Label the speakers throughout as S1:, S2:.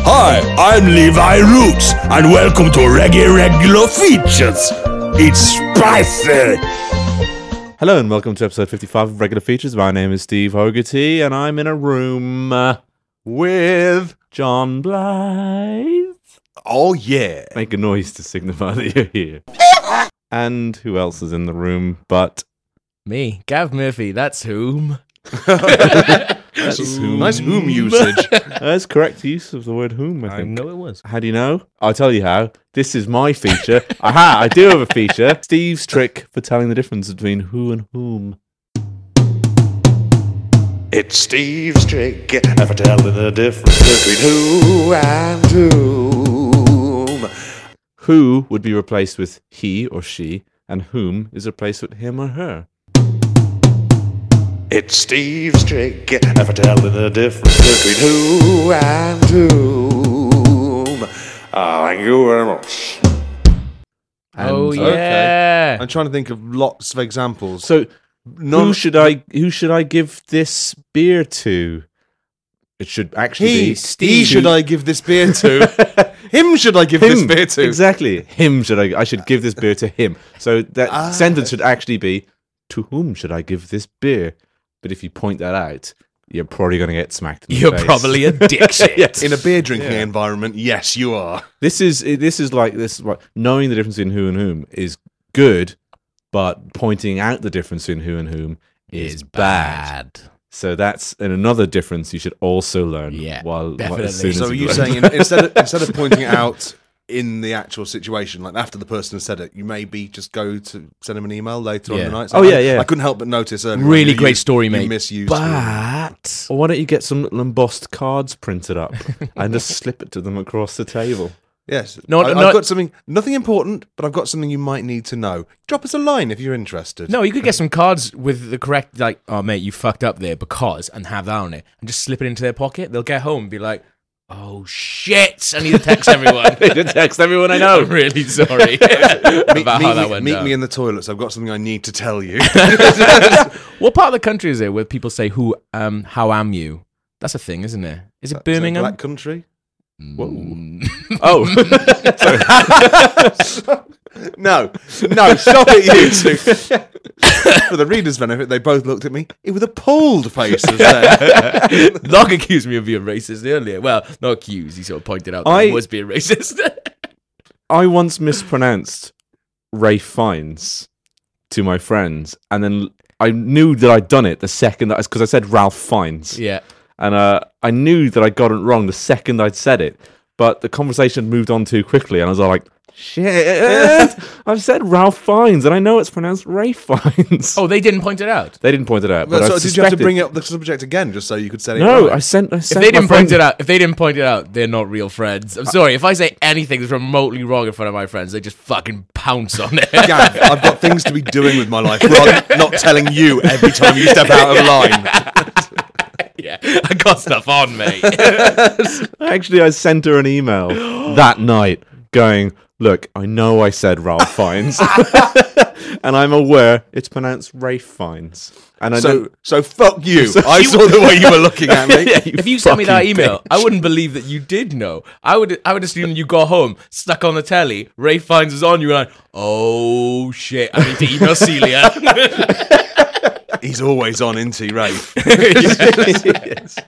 S1: Hi, I'm Levi Roots, and welcome to Reggae Regular Features. It's spicy.
S2: Hello and welcome to episode 55 of Regular Features. My name is Steve Hogarty and I'm in a room uh,
S3: with
S2: John Blythe.
S3: oh yeah
S2: Make a noise to signify that you're here. and who else is in the room but
S4: Me, Gav Murphy, that's whom.
S3: nice whom usage
S2: that's correct use of the word whom, I think.
S4: it was.
S2: How do you know? I'll tell you how. This is my feature. Aha, I do have a feature. Steve's trick for telling the difference between who and whom.
S5: It's Steve's trick for telling the difference between who and whom.
S2: Who would be replaced with he or she, and whom is replaced with him or her.
S5: It's Steve's trick for telling the difference between who and whom. Ah, thank you very much.
S4: oh
S2: And-
S4: yeah.
S3: i'm trying to think of lots of examples
S2: So who
S3: None-
S2: should I who should I give this beer to? It should actually
S3: he,
S2: be
S3: he should i give this beer to him should i give this
S2: him
S3: beer to
S2: exactly him should I I should give this beer to him. So that
S3: Ah.
S2: sentence should actually be to whom should I give this beer? But if you point that out, you're probably going to get smacked. In the
S4: You're
S2: face.
S4: probably a dick shit.
S2: yes.
S3: in a beer drinking environment yes you are
S2: This is this is like this. Like, knowing the difference between who and whom is good, but pointing out the difference between who and whom is, bad. So that's and another difference you should also learn.
S4: Yeah,
S2: while, while
S4: definitely.
S2: as soon
S3: so
S2: as
S3: are
S2: you
S3: you
S2: learn.
S3: saying in, instead of instead of pointing it out in the actual situation, like after the person has said it, you maybe just go to send him an email later on
S4: Yeah.
S3: in the night.
S2: Oh,
S3: Say,
S2: yeah,
S3: "I-
S2: yeah.
S3: I couldn't help but notice. Earlier on
S4: Really
S3: you
S4: great
S3: used-
S4: story,
S3: you
S4: mate.
S3: Misused.
S4: But
S2: Or why don't you get some embossed cards printed up and just slip it to them across the table?
S3: Yes.
S4: No,
S3: No, I,
S4: no-
S3: I've got something, nothing important, but I've got something you might need to know. Drop us a line if you're interested.
S4: no, you could get some cards with the correct like, oh mate, you fucked up there because and have that on it and just slip it into their pocket. They'll get home and be like, Oh shit, I need to text everyone.
S2: Text everyone I know.
S4: I'm really sorry
S3: Meet,
S4: about how
S3: meet
S4: that
S3: me,
S4: went
S3: meet
S4: down.
S3: me in the toilets. I've got something I need to tell you.
S4: What part of the country is it where people say who um how am you? That's a thing, isn't it? Is it Birmingham?
S3: Black country.
S2: Oh,
S3: No, no, stop it, you two. For the reader's benefit, they both looked at me with a pulled face. As there.
S4: Log accused me of being racist earlier. Well, not accused. He sort of pointed out that
S2: I-
S4: I was being racist.
S2: I once mispronounced Ray Fiennes to my friends, and then I knew that I'd done it the second that because I said Ralph Fiennes,
S4: yeah.
S2: and uh, I knew that I got it wrong the second I'd said it. But the conversation had moved on too quickly, and I was all like, "Shit, I've said Ralph Fiennes, and I know it's pronounced Ray Fiennes."
S4: Oh, they didn't point it out.
S2: They didn't point it out.
S3: But
S2: But I
S3: so did you have to
S2: suspected-
S3: bring up the subject again just so you could say it?
S2: No,
S3: right?
S2: I sent. I
S4: If
S2: sent
S4: they didn't
S2: my
S4: point
S2: friend-
S4: it out, if they didn't point it out, they're not real friends. I'm sorry. If I say anything that's remotely wrong in front of my friends, they just fucking pounce on it.
S3: Gav, I've got things to be doing with my life rather than not telling you every time you step out of line.
S4: yeah, I got stuff on, mate.
S2: Actually, I sent her an email that night, going, "Look, I know I said Ralph Fiennes, and I'm aware it's pronounced Rafe Fiennes." And I
S3: So,
S2: don't.
S3: so fuck you. I saw the way you were looking at me.
S2: Yeah, you
S4: if you sent me that
S2: fucking
S4: email,
S2: bitch.
S4: I wouldn't believe that you did know. I would I would assume you got home, stuck on the telly, Ray finds us on, you were like, oh shit, I need to email Celia.
S3: He's always on into Rafe.
S2: Yes.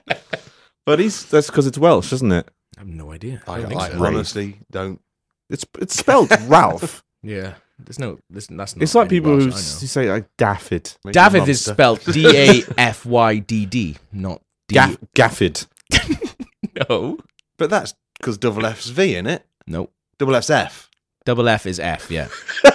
S2: But he's that's because it's Welsh, isn't it?
S4: I have no idea.
S3: I,
S4: don't think
S3: I
S4: so.
S3: honestly don't.
S2: It's it's spelled Ralph.
S4: Yeah, there's no. There's, that's not
S2: It's like
S4: any
S2: people
S4: Welsh
S2: who,
S4: I
S2: s- who
S4: know.
S2: say like Daffid,
S4: David is spelled D A F Y D D, not D.
S2: Gaff, Gaffid.
S4: no,
S3: But that's because double F's V in it.
S4: no.
S3: Double F's F.
S4: Double F is F. Yeah,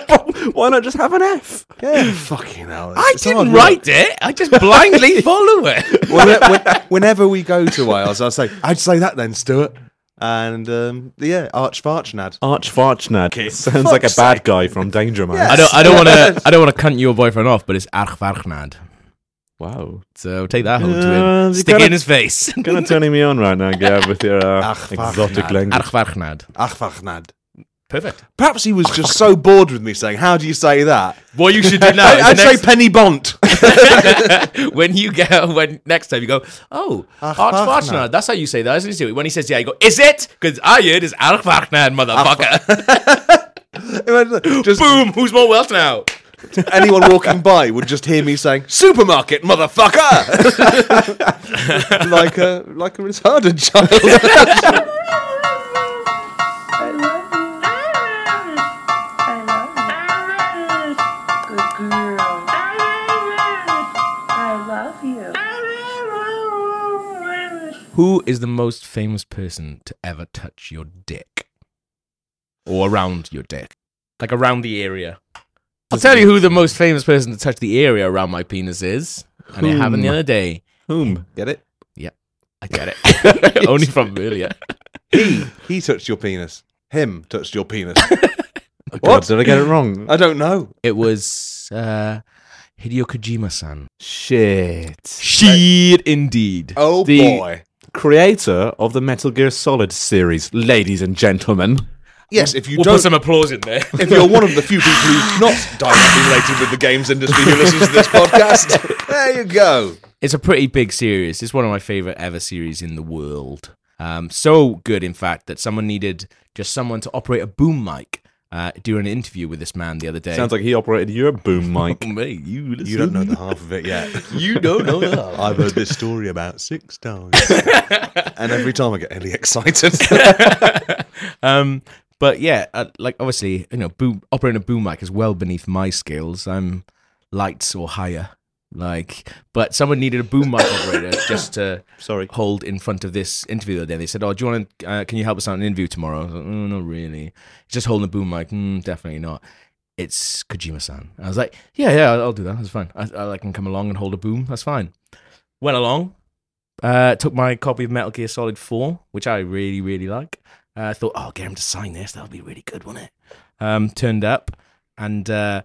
S2: Why not just have an F?
S3: Yeah, fucking hell.
S4: I
S3: It's hard
S4: didn't
S3: work.
S4: write it. I just blindly follow it.
S3: When- when- whenever we go to Wales, I'll say, I'd say that then, Stuart. And um, yeah, Arch Farchnad.
S2: Archfarchnad sounds like a
S3: fuck's
S2: bad guy from Danger Man.
S4: I don't. I don't want to. I don't want to cunt your boyfriend off, but it's Archvarchnad.
S2: Wow.
S4: So take that home
S2: Uh,
S4: to
S2: you
S4: him. Stick it
S2: gotta-
S4: in his face.
S2: Kind of turning me on right now, Gav, with your uh,
S3: Ach, fuck,
S2: exotic
S3: man.
S2: language.
S4: Archvarchnad.
S3: Arch Farchnad.
S4: Perfect.
S3: Perhaps he was just so bored with me saying, "How do you say that?"
S4: What you should do now?
S3: I,
S4: is the
S3: would say Penny Bont.
S4: next- when you get when next time you go, oh, Archvarchner. That's how you say that, isn't it? When he says yeah, you go, is it? Because Ayud is Archvarchner, motherfucker.
S3: just
S4: Boom. Who's more Welsh now?
S3: anyone walking by would just hear me saying, "Supermarket, motherfucker!" like a like a retarded child.
S6: I love you.
S4: Who is the most famous person to ever touch your dick? Or around your dick? Like around the area. I'll tell you who the most famous person to touch the area around my penis is. And it happened the other day.
S2: Whom? Get it?
S4: I get it. Only from earlier.
S3: he he touched your penis. Him touched your penis.
S2: What? did I get it wrong?
S3: I don't know.
S4: It was uh, Hideo Kojima san.
S2: Shit.
S4: Shit, indeed.
S3: Oh
S2: The-
S3: boy.
S2: Creator of the Metal Gear Solid series, ladies and gentlemen.
S3: Yes, if you
S4: We'll
S3: don't
S4: put some applause in there.
S3: if you're one of the few people who's not directly related with the games industry who listens to this podcast, there you go.
S4: it's a pretty big series. It's one of my favorite ever series in the world. Um, so good, in fact, that someone needed just someone to operate a boom mic uh, during an interview with this man the other day.
S2: Sounds like he operated your boom mic.
S4: Mate, you, listen.
S3: You don't know the half of it yet.
S4: You don't know that.
S3: I've heard this story about six times, and every time I get really excited.
S4: um, but yeah, uh, like obviously, you know, boom, operating a boom mic is well beneath my skills. I'm lights or higher. Like, but someone needed a boom mic operator just to
S2: Sorry.
S4: hold in front of this interview the other day. They said, "Oh, do you want to? Uh, can you help us out in an interview tomorrow?" I was like, "Mm, "Not really. Just holding a boom mic. Mm, definitely not." It's Kojima-san. I was like, "Yeah, yeah, I'll I'll do that. That's fine. I, I, I can come along and hold a boom. That's fine." Went along, uh, took my copy of Metal Gear Solid 4, which I really, really like. Uh, I thought, oh, I'll get him to sign this. That'll be really good, wouldn't it? Um, turned up, and uh,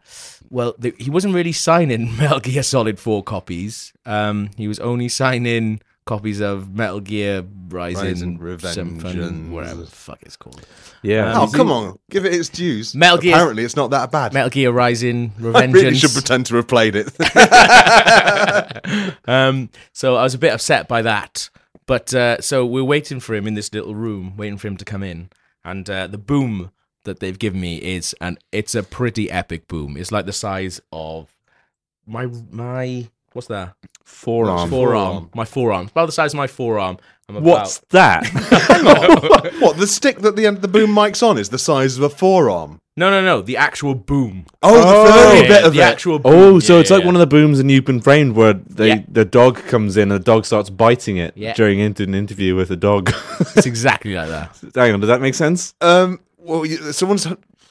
S4: well, th- he wasn't really signing Metal Gear Solid 4 copies. Um, he was only signing copies of Metal Gear Rising,
S3: Rising,
S4: Symphony,
S3: Revengeance.
S4: whatever the fuck it's called.
S2: Yeah.
S3: oh come on, give it its dues.
S4: Metal Gear-
S3: Apparently, it's not that bad.
S4: Metal Gear Rising,
S3: I
S4: Revengeance.
S3: really should pretend to have played it.
S4: um, so I was a bit upset by that. But uh, so we're waiting for him in this little room, waiting for him to come in. And uh, the boom that they've given me is, and it's a pretty epic boom. It's like the size of my my what's that
S2: Forearm.
S4: forearm? My forearm, It's about the size of my forearm. I'm about,
S2: What's that?
S3: what the stick that the end of the boom mic's on is the size of a forearm.
S4: No, no, no. The actual boom.
S3: Oh, the furry
S4: Yeah,
S3: bit of
S4: the
S3: it.
S4: actual. Boom.
S2: oh, so
S4: Yeah,
S2: it's like
S4: yeah.
S2: one of the booms in You've Been Framed where they,
S4: Yeah.
S2: the dog comes in and the dog starts biting it
S4: Yeah.
S2: during in- an interview with a dog.
S4: It's exactly like that.
S2: Hang on, does that make sense?
S3: Um, well, you, someone's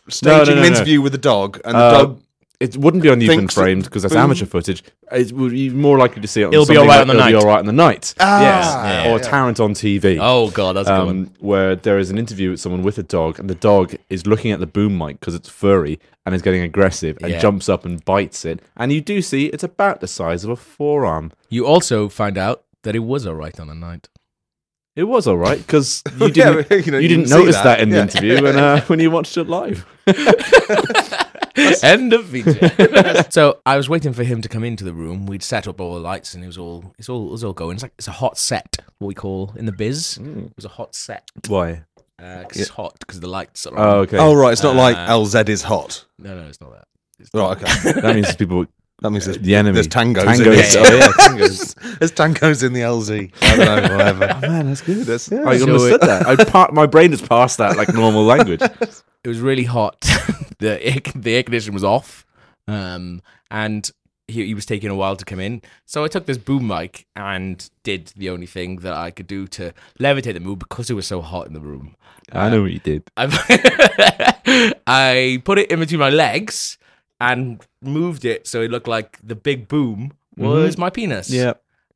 S3: staging
S2: no, no,
S3: an
S2: no.
S3: interview with a dog, and
S2: Uh,
S3: the dog
S2: It wouldn't be on You've Been
S3: Thinks that
S2: Framed because that's
S3: boom-
S2: amateur footage. It would be more likely to see it on
S4: It'll be
S2: something
S4: alright
S2: like
S4: on the
S2: It'll Be
S4: night.
S2: all right on the night.
S3: Ah,
S2: Or Tarrant on TV.
S4: Oh god, that's a good one.
S2: um, where there is an interview with someone with a dog, and the dog is looking at the boom mic because it's furry and is getting aggressive and
S4: Yeah.
S2: jumps up and bites it. And you do see it's about the size of a forearm.
S4: You also find out that it was alright on the night.
S2: It was all right because
S3: Yeah,
S2: you didn't,
S3: you know,
S2: you didn't
S3: you didn't see
S2: notice that,
S3: that.
S2: in the
S3: Yeah.
S2: interview when, uh, when you watched it live.
S4: End of feature. so I was waiting for him to come into the room. We'd set up all the lights, and it was all it's all it was all going. It's like it's a hot set, what we call in the biz.
S2: Mm.
S4: It was a hot set.
S2: Why?
S4: Uh, 'cause It's hot because the lights are.
S2: Oh,
S4: On.
S2: okay.
S3: Oh right, it's not like LZ is hot.
S4: No, no, Uh, it's not that.
S3: Right, okay.
S2: that means people.
S3: That means there's,
S2: The enemy.
S3: there's Uh, tangos, in
S2: Tangos.
S3: it.
S2: Oh, yeah,
S3: tangos. there's tangos in the LZ. I don't know, whatever.
S2: Man, that's good. That's yeah, I
S4: so
S2: understood
S4: it-
S2: that. I part, my brain is past that like normal language.
S4: It was really hot. the air, the air conditioning was off, um, and he, he was taking a while to come in. So I took this boom mic and did the only thing that I could do to levitate the mood because it was so hot in the room.
S2: I know what you did.
S4: I've I put it in between my legs and moved it so it looked like the big boom was my penis.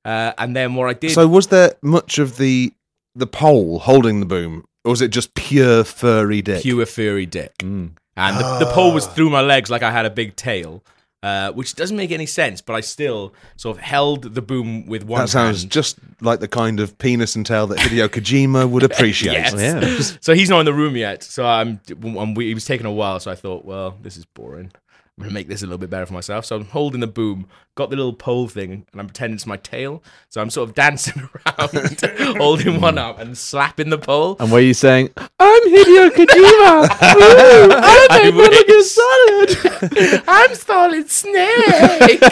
S4: Uh, and then what I did,
S3: Mm-hmm. So was there much of the the pole holding the boom, or was it just pure furry dick? Mm.
S4: pure furry dick. And the, the pole was through my legs like I had a big tail. uh, which doesn't make any sense. But I still sort of held the boom with one.
S3: That sounds
S4: hand.
S3: just like the kind of penis and tail that Hideo Kojima would appreciate.
S4: Yes. so he's not in the room yet. So I'm, I'm. He was taking a while. So I thought, well, this is boring. I'm gonna make this a little bit better for myself. So I'm holding the boom, got the little pole thing, and I'm pretending it's my tail. So I'm sort of dancing around, holding one up and slapping the pole.
S2: And were you saying, I'm Hideo Kojima! Woo! I made Metal Gear Solid!
S4: I'm Solid Snake.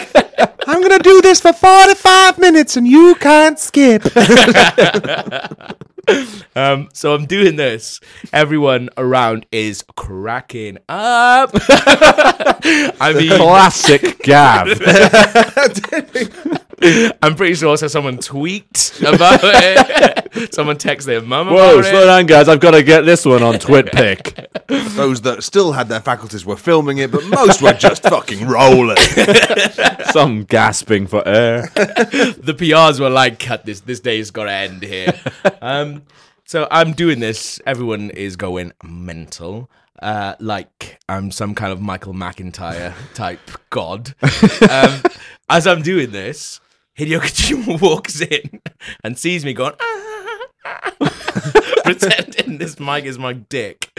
S3: I'm going to do this for 45 minutes and you can't skip.
S4: Um, so I'm doing this. Everyone around is cracking up. I mean,
S2: Classic Gav.
S4: I'm pretty sure also someone tweaked about it. someone texted their mum about
S2: Whoa,
S4: it.
S2: slow down, guys. I've got to get this one on TwitPic.
S3: Those that still had their faculties were filming it, but most were just fucking rolling.
S2: Some gasping for air.
S4: the PRs were like, "Cut this! This day's got to end here." um, so I'm doing this. Everyone is going mental, uh, like I'm some kind of Michael McIntyre type god. Um, as I'm doing this, Hideo Kojima walks in and sees me going. "Ah, ah, ah," Pretending this mic is my dick.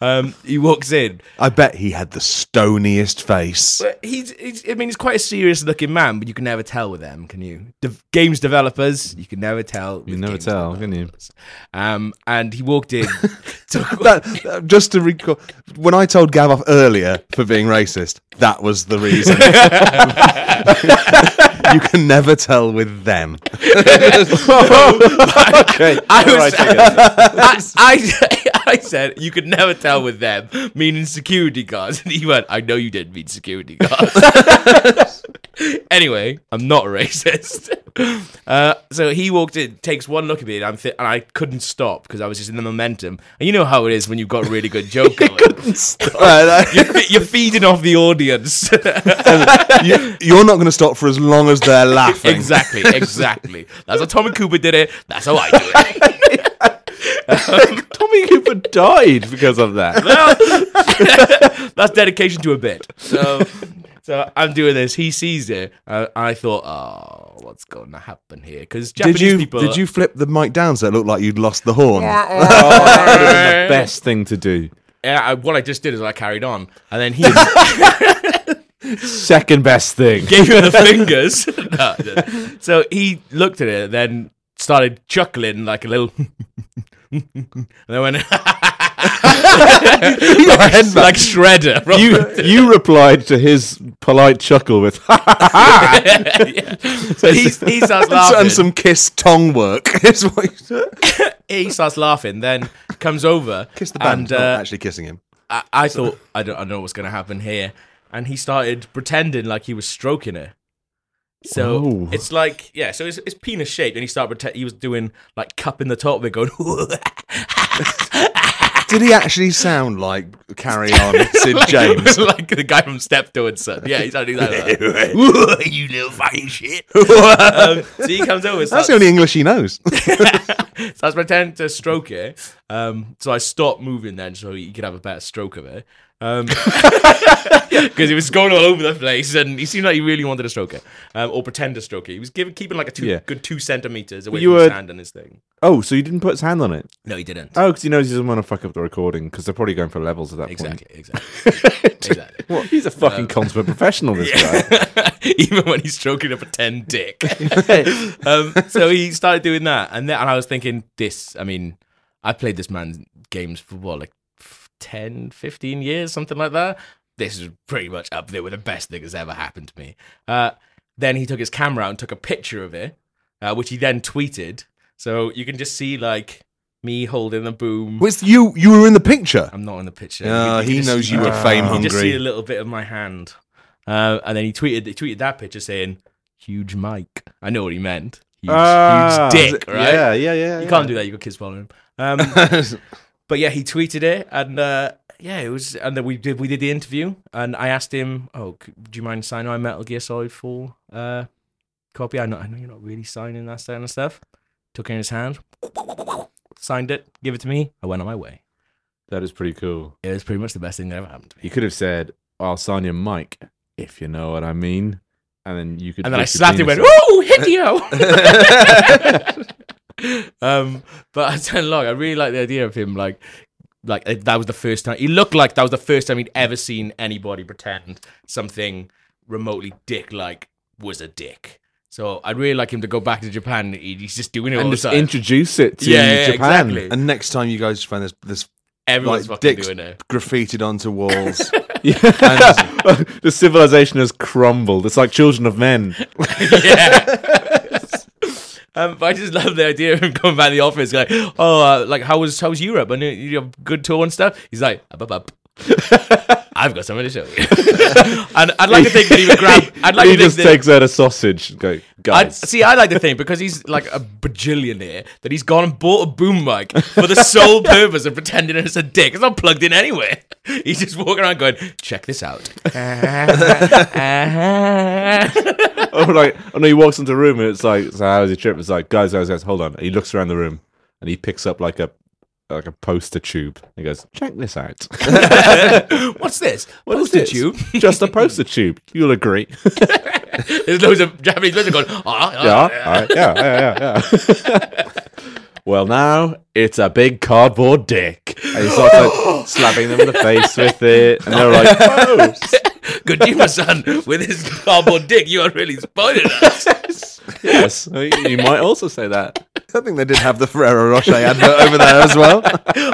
S4: Um, he walks in
S3: I bet he had the stoniest face.
S4: but he's, he's, I mean, he's quite a serious looking man, but you can never tell with them, can you? De- games developers, you can never tell.
S2: You never tell, can you?
S4: Um, and he walked in. took-
S3: That, that- just to recall, when I told Gav off earlier for being racist, that was the reason. you can never tell with them.
S2: Okay.
S4: I was,
S2: Right, I guess.
S4: I, I, I said you could never tell with them, meaning security guards. And he went, I know you didn't mean security guards. anyway, I'm not a racist. Uh, so he walked in, takes one look at me, and, I'm thi- and I couldn't stop because I was just in the momentum. And you know how it is when you've got a really good joke going. you're, fe- you're feeding off the audience.
S3: you, you're not going to stop for as long as they're laughing.
S4: exactly, exactly. That's how Tommy Cooper did it. That's how I do it.
S2: Tommy Cooper died because of that.
S4: That's dedication to a bit. So, so I'm doing this. He sees it. Uh, I thought, oh, what's going to happen here? Because Japanese
S3: Did you
S4: people.
S3: did you flip the mic down so it looked like you'd lost the horn?
S2: the best thing to do.
S4: Yeah, I, what I just did is I carried on, and then he
S2: Second best thing.
S4: gave her the fingers. No, I didn't. so he looked at it, then started chuckling like a little. and then went like, like Shredder. from-
S2: You you replied to his polite chuckle with
S4: Yeah. So he, he starts laughing.
S3: and some kiss tongue work. is what you-
S4: he starts laughing, then comes over.
S3: kiss the band.
S4: And,
S3: not
S4: uh,
S3: actually kissing him.
S4: I, I thought, I don't, I don't know what's going to happen here. And he started pretending like he was stroking her. So
S2: Whoa.
S4: it's like, yeah, so it's, it's penis shaped. And he started, prete- he was doing like cupping the top of it, going,
S3: Did he actually sound like Carry On Sid James?
S4: like the guy from Steptoe and Son. Yeah, he's only like, that. you little fucking shit. um, so he comes over.
S3: That's
S4: starts-
S3: the only English he knows.
S4: so I was pretending to stroke it. Um, so I stopped moving then, so he could have a better stroke of it. Because he was going all over the place, and he seemed like he really wanted to stroke it, um, or pretend to stroke it. He was giving, keeping like a two,
S2: Yeah.
S4: good two centimeters away
S2: You
S4: from his
S2: were-
S4: hand and his thing.
S2: Oh, so you didn't put his hand on it?
S4: No, he didn't.
S2: Oh, because he knows he doesn't want to fuck up the recording because they're probably going for levels at that
S4: exactly, Uh, exactly,
S2: point.
S4: exactly.
S2: What? He's a fucking consummate professional, this guy.
S4: Even when he's stroking a pretend dick. um, so he started doing that, and then and I was thinking, this. I mean, I played this man's games for what, like f- 10, 15 years, something like that. This is pretty much up there with the best thing that's ever happened to me. Uh, then he took his camera out and took a picture of it, uh, which he then tweeted. So you can just see like me holding the boom.
S3: With you, you were in the picture.
S4: I'm not in the picture.
S3: Ah,
S4: You- you
S3: he
S4: just-
S3: knows you were fame
S4: you just see a
S3: hungry.
S4: little bit of my hand. Uh, and then he tweeted he tweeted that picture saying, huge Mike. I know what he meant. Huge,
S2: Ah,
S4: huge dick, right?
S2: Yeah, yeah, yeah.
S4: You can't do that. You've got kids following him. Um, but yeah, he tweeted it, and uh, yeah, it was. And then we did we did the interview, and I asked him, "Oh, c- do you mind signing my Metal Gear Solid Four uh, copy? I know, I know you're not really signing that kind of stuff." Took it in his hand, signed it, give it to me. I went on my way.
S2: That is pretty cool.
S4: It was pretty much the best thing that ever happened to me.
S2: You could have said, I'll sign your mic. if you know what I mean. And then you could.
S4: and then I
S2: dip your
S4: slapped him.
S2: penis
S4: Went,
S2: in.
S4: "Ooh, Hideo!" um, but I tell you, look, I really like the idea of him. Like, like uh, that was the first time he looked like that was the first time he'd ever seen anybody pretend something remotely dick-like was a dick. So I'd really like him to go back to Japan. He- He's just doing it all
S2: and
S4: the
S2: just
S4: time.
S2: introduce it to
S4: Yeah, yeah,
S2: Japan.
S4: exactly.
S3: And next time you guys find this this
S4: Everyone's
S3: like
S4: fucking
S3: dicks
S4: doing it.
S3: graffitied onto walls.
S2: Yeah. the civilization has crumbled. It's like children of men.
S4: Um, but I just love the idea of him coming back to the office, like, oh, uh, like how was how was Europe? And uh, you have a good tour and stuff. He's like, up, up, up. I've got something to show you. and I'd like to think that he would grab. I'd like
S2: he
S4: to think
S2: just
S4: that,
S2: takes out a sausage. and Go,
S4: I'd,
S2: guys.
S4: see, I like to think because he's like a bajillionaire that he's gone and bought a boom mic for the sole purpose of pretending it's a dick. It's not plugged in anywhere. He's just walking around going, check this out.
S2: oh, like, oh no, he walks into a room and it's like, so how's your trip? It's like, guys, guys, guys, hold on. And he looks around the room and he picks up like a like a poster tube. And he goes, check this out.
S4: What's this?
S2: What is
S4: Poster
S2: this?
S4: tube?
S2: Just a poster tube. You'll agree.
S4: There's loads of Japanese people going, ah, ah,
S2: yeah, alright, yeah, yeah, yeah, yeah. well, now it's a big cardboard dick. And he starts like slapping them in the face with it. And they're like, oh.
S4: Kojima-san with his cardboard dick, you are really spoiling us.
S2: Yes, you might also say that.
S3: I think they did have the Ferrero Rocher advert over there as well.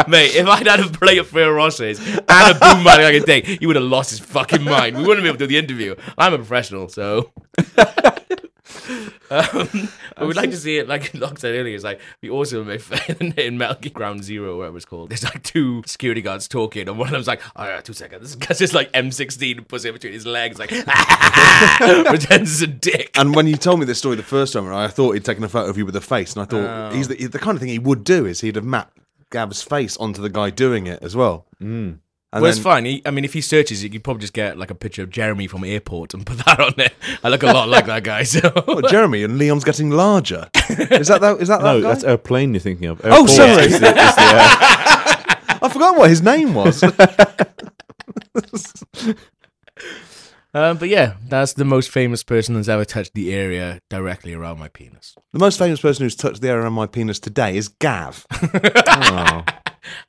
S4: Mate, if I'd had a plate of Ferrero Rochers and a boom bag like a dick, he would have lost his fucking mind. We wouldn't be able to do the interview. I'm a professional, so... um, but we'd like to see it, like Locke said earlier, it's like, we also if, in Metal Gear Ground Zero, whatever it's called, there's like two security guards talking, and one of them's like, all right, two seconds. This guy's just like M16 puts it between his legs, like, pretends it's a dick.
S3: And when you told me this story the first time, I thought he'd taken a photo of you with a face, and I
S4: Oh.
S3: thought he's the, the kind of thing he would do is he'd have mapped Gav's face onto the guy doing it as well. Mm. And
S4: well, it's
S3: then-
S4: fine. He, I mean, if he searches, you could probably just get like a picture of Jeremy from airport and put that on there. I look a lot like that guy, so
S3: Well, oh, Jeremy and Leon's getting larger. Is that that? Is that
S2: No,
S3: that guy?
S2: that's a plane you're thinking of.
S3: Oh,
S2: Airport
S3: sorry.
S2: is the- is the, uh,
S3: I forgot what his name was.
S4: um, but yeah, that's the most famous person that's ever touched the area directly around my penis.
S3: The most famous person who's touched the area around my penis today is Gav. And
S2: oh.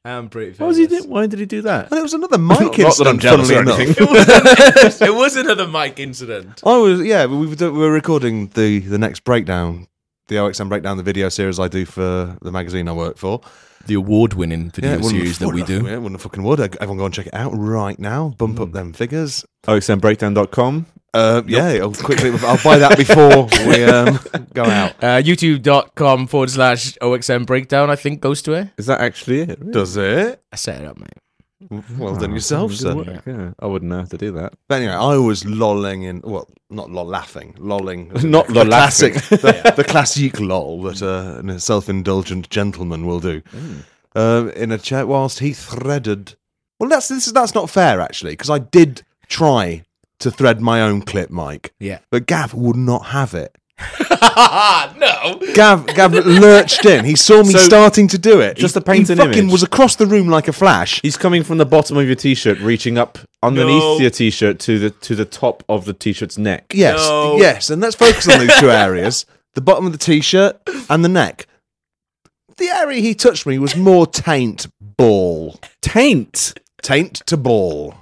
S4: I'm pretty. Famous.
S2: What was he doing? Why did he do that?
S3: it was another mic
S2: Not that I'm
S3: incident,
S2: jealous
S3: funnily
S2: or
S3: enough.
S2: anything.
S4: it was another mic incident.
S3: I was, yeah, we were, do- we were recording the, the next breakdown, the OXM breakdown, the video series I do for the magazine I work for.
S4: The award-winning video
S3: it wouldn't- wouldn't- Yeah, wouldn't have fucking would. Everyone go and check it out right now. Bump
S2: Hmm.
S3: up them figures.
S2: Oh, OXMBreakdown.com.
S3: Uh, Yeah, I'll quickly. I'll buy that before we um, go out.
S4: Uh, YouTube.com forward slash OXM breakdown. I think goes to it.
S2: Is that actually it? Really? Oh,
S3: Does it?
S4: I set it up, mate.
S3: Well done yourself,
S2: Good
S3: sir.
S2: work, yeah. I wouldn't know how to do that.
S3: But anyway, I was lolling in. Well, not lol, laughing, lolling.
S2: Not
S3: the
S2: lol,
S3: classic, the, the classic lol that uh, a self-indulgent gentleman will do
S2: Mm.
S3: um, in a chat whilst he threaded. Well, that's this is that's not fair actually because I did try to thread my own clip, Mike,
S4: Yeah.
S3: but Gav would not have it.
S4: no.
S3: Gav, Gav lurched in. He saw me
S2: So,
S3: starting to do it.
S2: just
S3: he,
S2: to paint
S3: he
S2: an
S3: fucking
S2: image.
S3: was across the room like a flash.
S2: He's coming from the bottom of your t-shirt, reaching up underneath
S4: No.
S2: your t-shirt to the to the top of the t-shirt's neck.
S3: Yes,
S4: No.
S3: yes, and let's focus on these two areas: the bottom of the t-shirt and the neck. The area he touched me was more taint ball,
S2: Taint.
S3: taint to ball.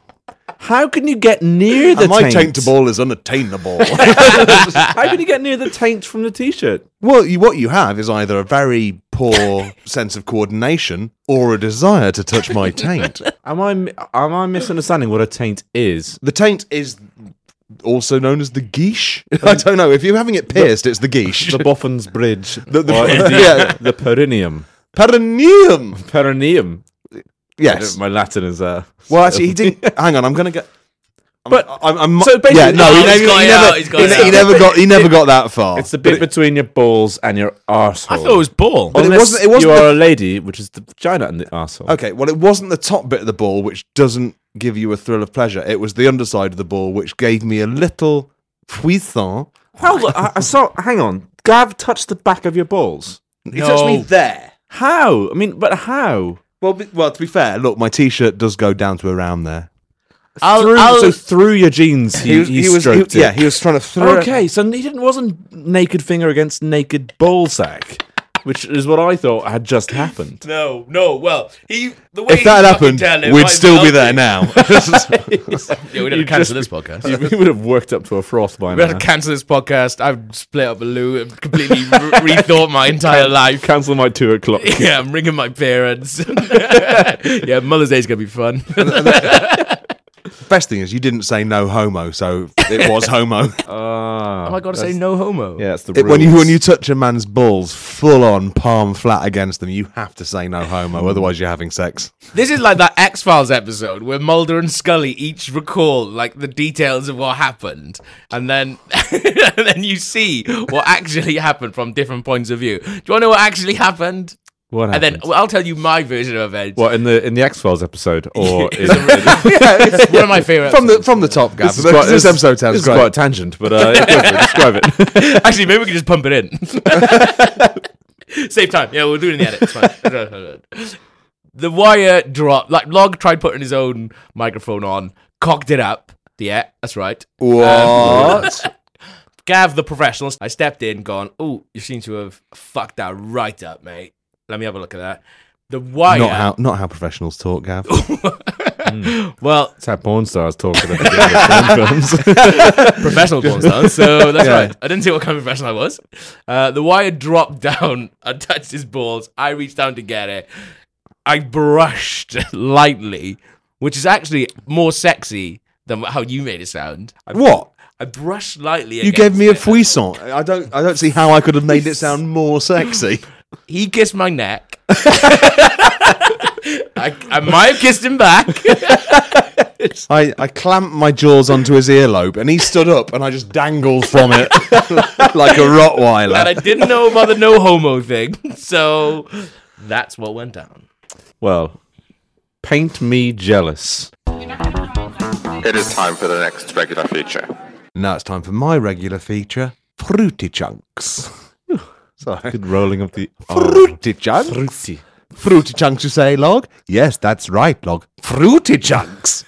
S2: How can you get near the
S3: And my
S2: taint?
S3: taint to ball is unattainable.
S2: How can you get near the taint from the t-shirt?
S3: well, you, what you have is either a very poor sense of coordination or a desire to touch my taint.
S2: Am I mi- am I misunderstanding what a taint is?
S3: The taint is also known as the geesh. I don't know if you're having it pierced, it's the geesh.
S2: The Boffin's Bridge, the,
S3: the-
S2: or indeed
S3: yeah.
S2: the perineum,
S3: perineum.
S2: perineum.
S3: Yes.
S2: My Latin is uh,
S3: Well, actually, he didn't. hang on, I'm gonna get. I'm,
S2: But-
S3: I'm, I'm,
S2: so basically-
S3: yeah, no,
S4: Oh,
S3: he,
S4: he's
S3: never,
S4: got
S3: he,
S4: it
S3: never,
S4: out, he's got it
S3: he, he
S4: out.
S3: never got he never got that far.
S2: it's the bit between your balls and your arsehole.
S4: I thought it was ball.
S3: it
S2: Unless
S3: wasn't- it wasn't
S2: you
S3: the-
S2: are a lady, which is the vagina and the arsehole.
S3: Okay, well, it wasn't the top bit of the ball which doesn't give you a thrill of pleasure. It was the underside of the ball which gave me a little frisson.
S2: Hold on, I, I saw. Hang on, Gav touched the back of your balls.
S3: He touched me there.
S2: How? I mean, but how?
S3: Well, be- well, to be fair, look, my t-shirt does go down to around there.
S4: I'll-
S2: through,
S4: I'll-
S2: so through your jeans, Oh, he, he, stroked
S3: he-
S2: it.
S3: yeah, he was trying to throw it.
S2: Okay, so he didn't wasn't naked finger against naked ballsack, which is what I thought had just happened.
S4: No, no. Well, he the way
S3: If that happened, we'd still be there now.
S4: Yeah, we'd have to
S2: You'd
S4: cancel this
S2: just
S4: podcast.
S2: You would have worked up to a froth by
S4: We had to
S2: now.
S4: cancel this podcast. I've split up with Lou and completely re- rethought my entire life.
S2: Cancel my two o'clock.
S4: Yeah, I'm ringing my parents. yeah, Mother's Day's gonna be fun.
S3: Best thing is you didn't say no homo, so it was homo.
S2: Ah,
S4: Am I gotta say no homo?
S2: yeah, it's the
S3: It- when you
S2: rules.
S3: when you touch a man's balls full on palm flat against them, you have to say no homo, otherwise you're having sex.
S4: This is like that X Files episode where Mulder and Scully each recall like the details of what happened, and then and then you see what actually happened from different points of view. Do you want to know what actually happened?
S2: what
S4: And
S2: happened?
S4: then well, I'll tell you my version of events.
S2: what in the in the X Files episode or in,
S4: It's one of my favorite.
S3: From the from the top, Gav. This, this episode sounds
S2: this is
S3: great.
S2: quite a tangent, but uh, describe it. Describe it.
S4: Actually, maybe we can just pump it in. Save time. Yeah, we'll do it in the edit. It's fine. the wire dropped. Like Log tried putting his own microphone on, cocked it up. Yeah, that's right.
S3: What?
S4: Gav, the professional, I stepped in, gone. Oh, you seem to have fucked that right up, mate. Let me have a look at that. The wire.
S3: not how not how professionals talk, Gav.
S4: well,
S2: It's how porn stars talk about porn films.
S4: professional porn star, so that's
S3: Yeah.
S4: right. I didn't say what kind of professional I was. Uh, the wire dropped down and touched his balls. I reached down to get it. I brushed lightly, which is actually more sexy than how you made it sound. I,
S3: what?
S4: I brushed lightly.
S3: You gave me a fouisson. I don't I don't see how I could have made it sound more sexy.
S4: He kissed my neck. I, I might have kissed him back.
S3: I, I clamped my jaws onto his earlobe and he stood up and I just dangled from it like a
S4: and I
S3: Rottweiler.
S4: didn't know about the no homo thing. So that's what went down.
S2: well, paint me jealous.
S6: It is time for the next regular feature.
S3: Now it's time for my regular feature, Fruity Chunks. Sorry.
S2: Good rolling of the
S3: Fruity Chunks. Fruity. Chunks, you say, Log? Yes, that's right, Log. Fruity Chunks.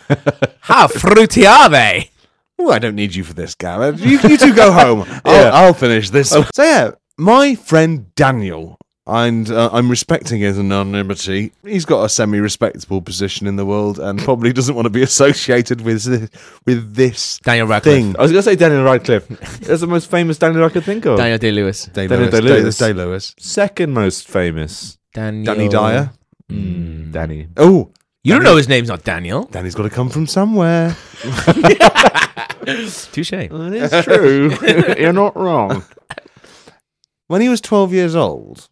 S4: How fruity are they?
S3: Oh, I don't need you for this, Gareth. You, you two go home. I'll, I'll finish this. Oh. So yeah, my friend Daniel, and uh, I'm respecting his anonymity. He's got a semi-respectable position in the world, and probably doesn't want to be associated with this, with this
S4: Daniel Radcliffe.
S3: thing.
S2: I was gonna say Daniel Radcliffe. That's the most famous Daniel I could think of.
S4: Daniel Day Lewis.
S3: Day
S2: Daniel
S3: Lewis. Day
S2: Day-Lewis.
S3: Day Lewis.
S2: Second most famous.
S4: Daniel.
S3: Danny Dyer.
S2: Danny.
S3: Oh,
S4: You don't know his name's not Daniel.
S3: Danny's got to come from somewhere.
S4: Touche.
S2: That is true. You're not wrong.
S3: When he was 12 years old,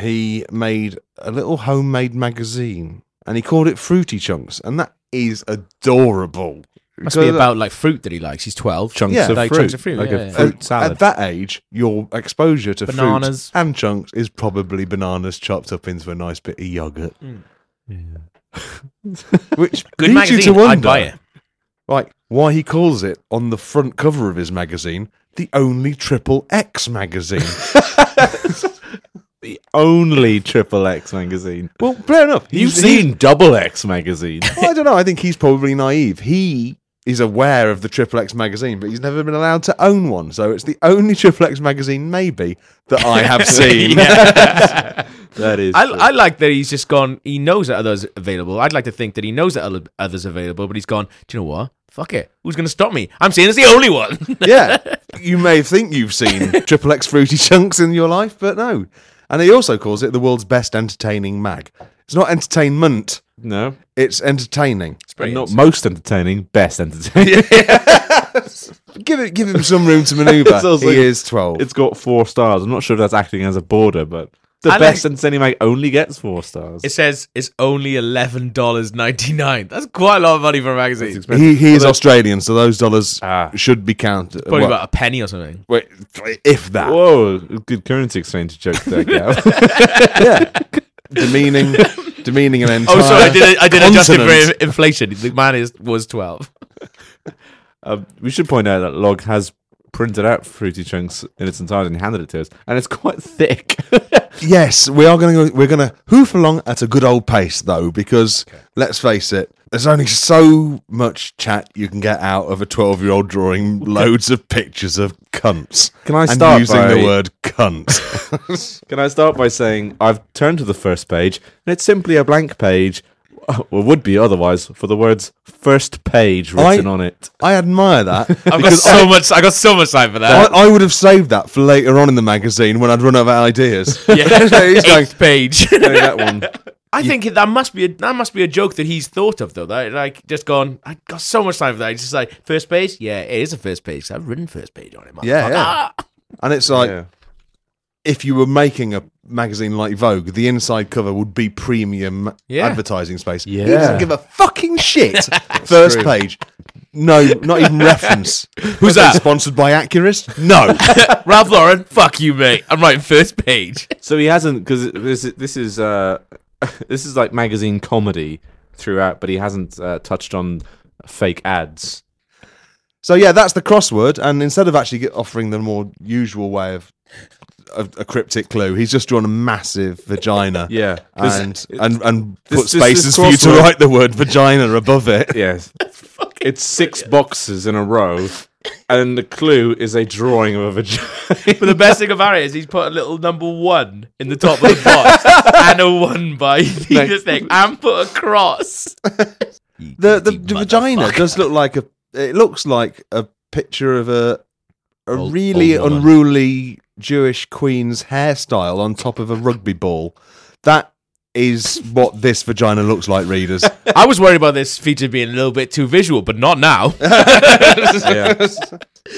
S3: he made a little homemade magazine and he called it Fruity Chunks. And that is adorable.
S4: Must be
S3: Because
S4: about like fruit that he likes. He's twelve.
S2: Chunks
S3: Yeah,
S2: of
S4: like
S2: fruit.
S4: chunks of fruit,
S2: Like
S4: yeah,
S2: a
S4: yeah.
S2: fruit
S3: at-
S2: salad.
S3: At that age, your exposure to fruit
S4: Bananas.
S3: and chunks is probably bananas chopped up into a nice bit of yogurt. Which
S4: Mm. Good
S3: leads
S4: magazine.
S3: you to wonder,
S4: I'd buy it.
S3: like, why he calls it on the front cover of his magazine the only triple X magazine.
S2: Only Triple X magazine.
S3: well, fair enough.
S2: You've
S3: He's- he's-
S2: seen Double X magazine.
S3: Well, I don't know. I think he's probably naive. He is aware of the Triple X magazine, but he's never been allowed to own one. So it's the only Triple X magazine, maybe, that I have seen.
S2: that is.
S4: I,
S2: true.
S4: I like that he's just gone. He knows that others available. I'd like to think that he knows that other, others available, but he's gone. Do you know what? Fuck it. Who's gonna stop me? I'm saying it's the only one.
S3: yeah. You may think you've seen Triple X Fruity Chunks in your life, but no. And he also calls it the world's best entertaining mag. It's not entertainment,
S2: no.
S3: it's entertaining.
S2: And not most entertaining, best entertaining.
S3: Give it give him some room to maneuver.
S2: Sounds
S3: he
S2: like-
S3: is 12.
S2: It's got four stars. I'm not sure if that's acting as a border, but the
S4: I
S2: best
S4: like-
S2: entertaining mag only gets four stars.
S4: it says it's only eleven dollars ninety nine. That's quite a lot of money for a magazine. It's
S3: he, he is Australian, so those dollars
S2: Ah.
S3: should be counted.
S4: probably
S3: well,
S4: about a penny or something.
S3: wait, if that.
S2: Whoa, good currency exchange joke there, Gav.
S3: demeaning, demeaning an entire.
S4: Oh, sorry, I did. I did adjust it
S3: continent.
S4: for inflation. The man is was twelve.
S2: Um, we should point out that Log has printed out Fruity Chunks in its entirety and handed it to us, and it's quite thick.
S3: Yes, we are going to we're going to hoof along at a good old pace though, because let's face it, There's only so much chat you can get out of a 12 year old drawing loads of pictures of cunts.
S2: Can I
S3: and
S2: start
S3: using
S2: by-
S3: the word cunt?
S2: Can I start by saying I've turned to the first page and it's simply a blank page, or would be otherwise, for the words first page written on it.
S3: I admire that.
S4: I've got so much. I got so much time for
S3: I,
S4: that.
S3: I would have saved that for later on in the magazine when I'd run out of ideas. He's like,
S4: Eighth page.
S2: Say that one.
S4: I think that must be a, that must be a joke that he's thought of though. That like just gone. I got so much time for that. He's just like first page. Yeah, it is a first page. I've written first page on it.
S3: Yeah,
S4: motherfucker.
S3: yeah. and it's like,
S2: Yeah.
S3: if you were making a magazine like Vogue, the inside cover would be premium
S4: Yeah.
S3: advertising space. He
S2: Yeah.
S3: doesn't give a fucking shit. First page. No, not even reference. Who's
S4: that?
S3: Sponsored by Accurist? No.
S4: Ralph Lauren, fuck you, mate. I'm writing first page.
S2: So he hasn't because this this is uh, this is like magazine comedy throughout, but he hasn't uh, touched on fake ads.
S3: so yeah, that's the crossword. And instead of actually get, offering the more usual way of, of a cryptic clue, he's just drawn a massive vagina.
S2: Yeah. This-
S3: And and and
S2: this-
S3: put
S2: this- this
S3: spaces for you to
S2: crossword-
S3: write the word vagina above it.
S2: Yes, it's six boxes in a row, and the clue is a drawing of a vagina.
S4: But the best thing about it is he's put a little number one in the top of the box and a one by either thing and put a cross.
S3: the the, the vagina does look like a it looks like a picture of a a
S4: Old-
S3: really
S4: old woman.
S3: unruly Jewish queen's hairstyle on top of a rugby ball. That is what this vagina looks like, readers.
S4: I was worried about this feature being a little bit too visual, but not now.
S2: yeah.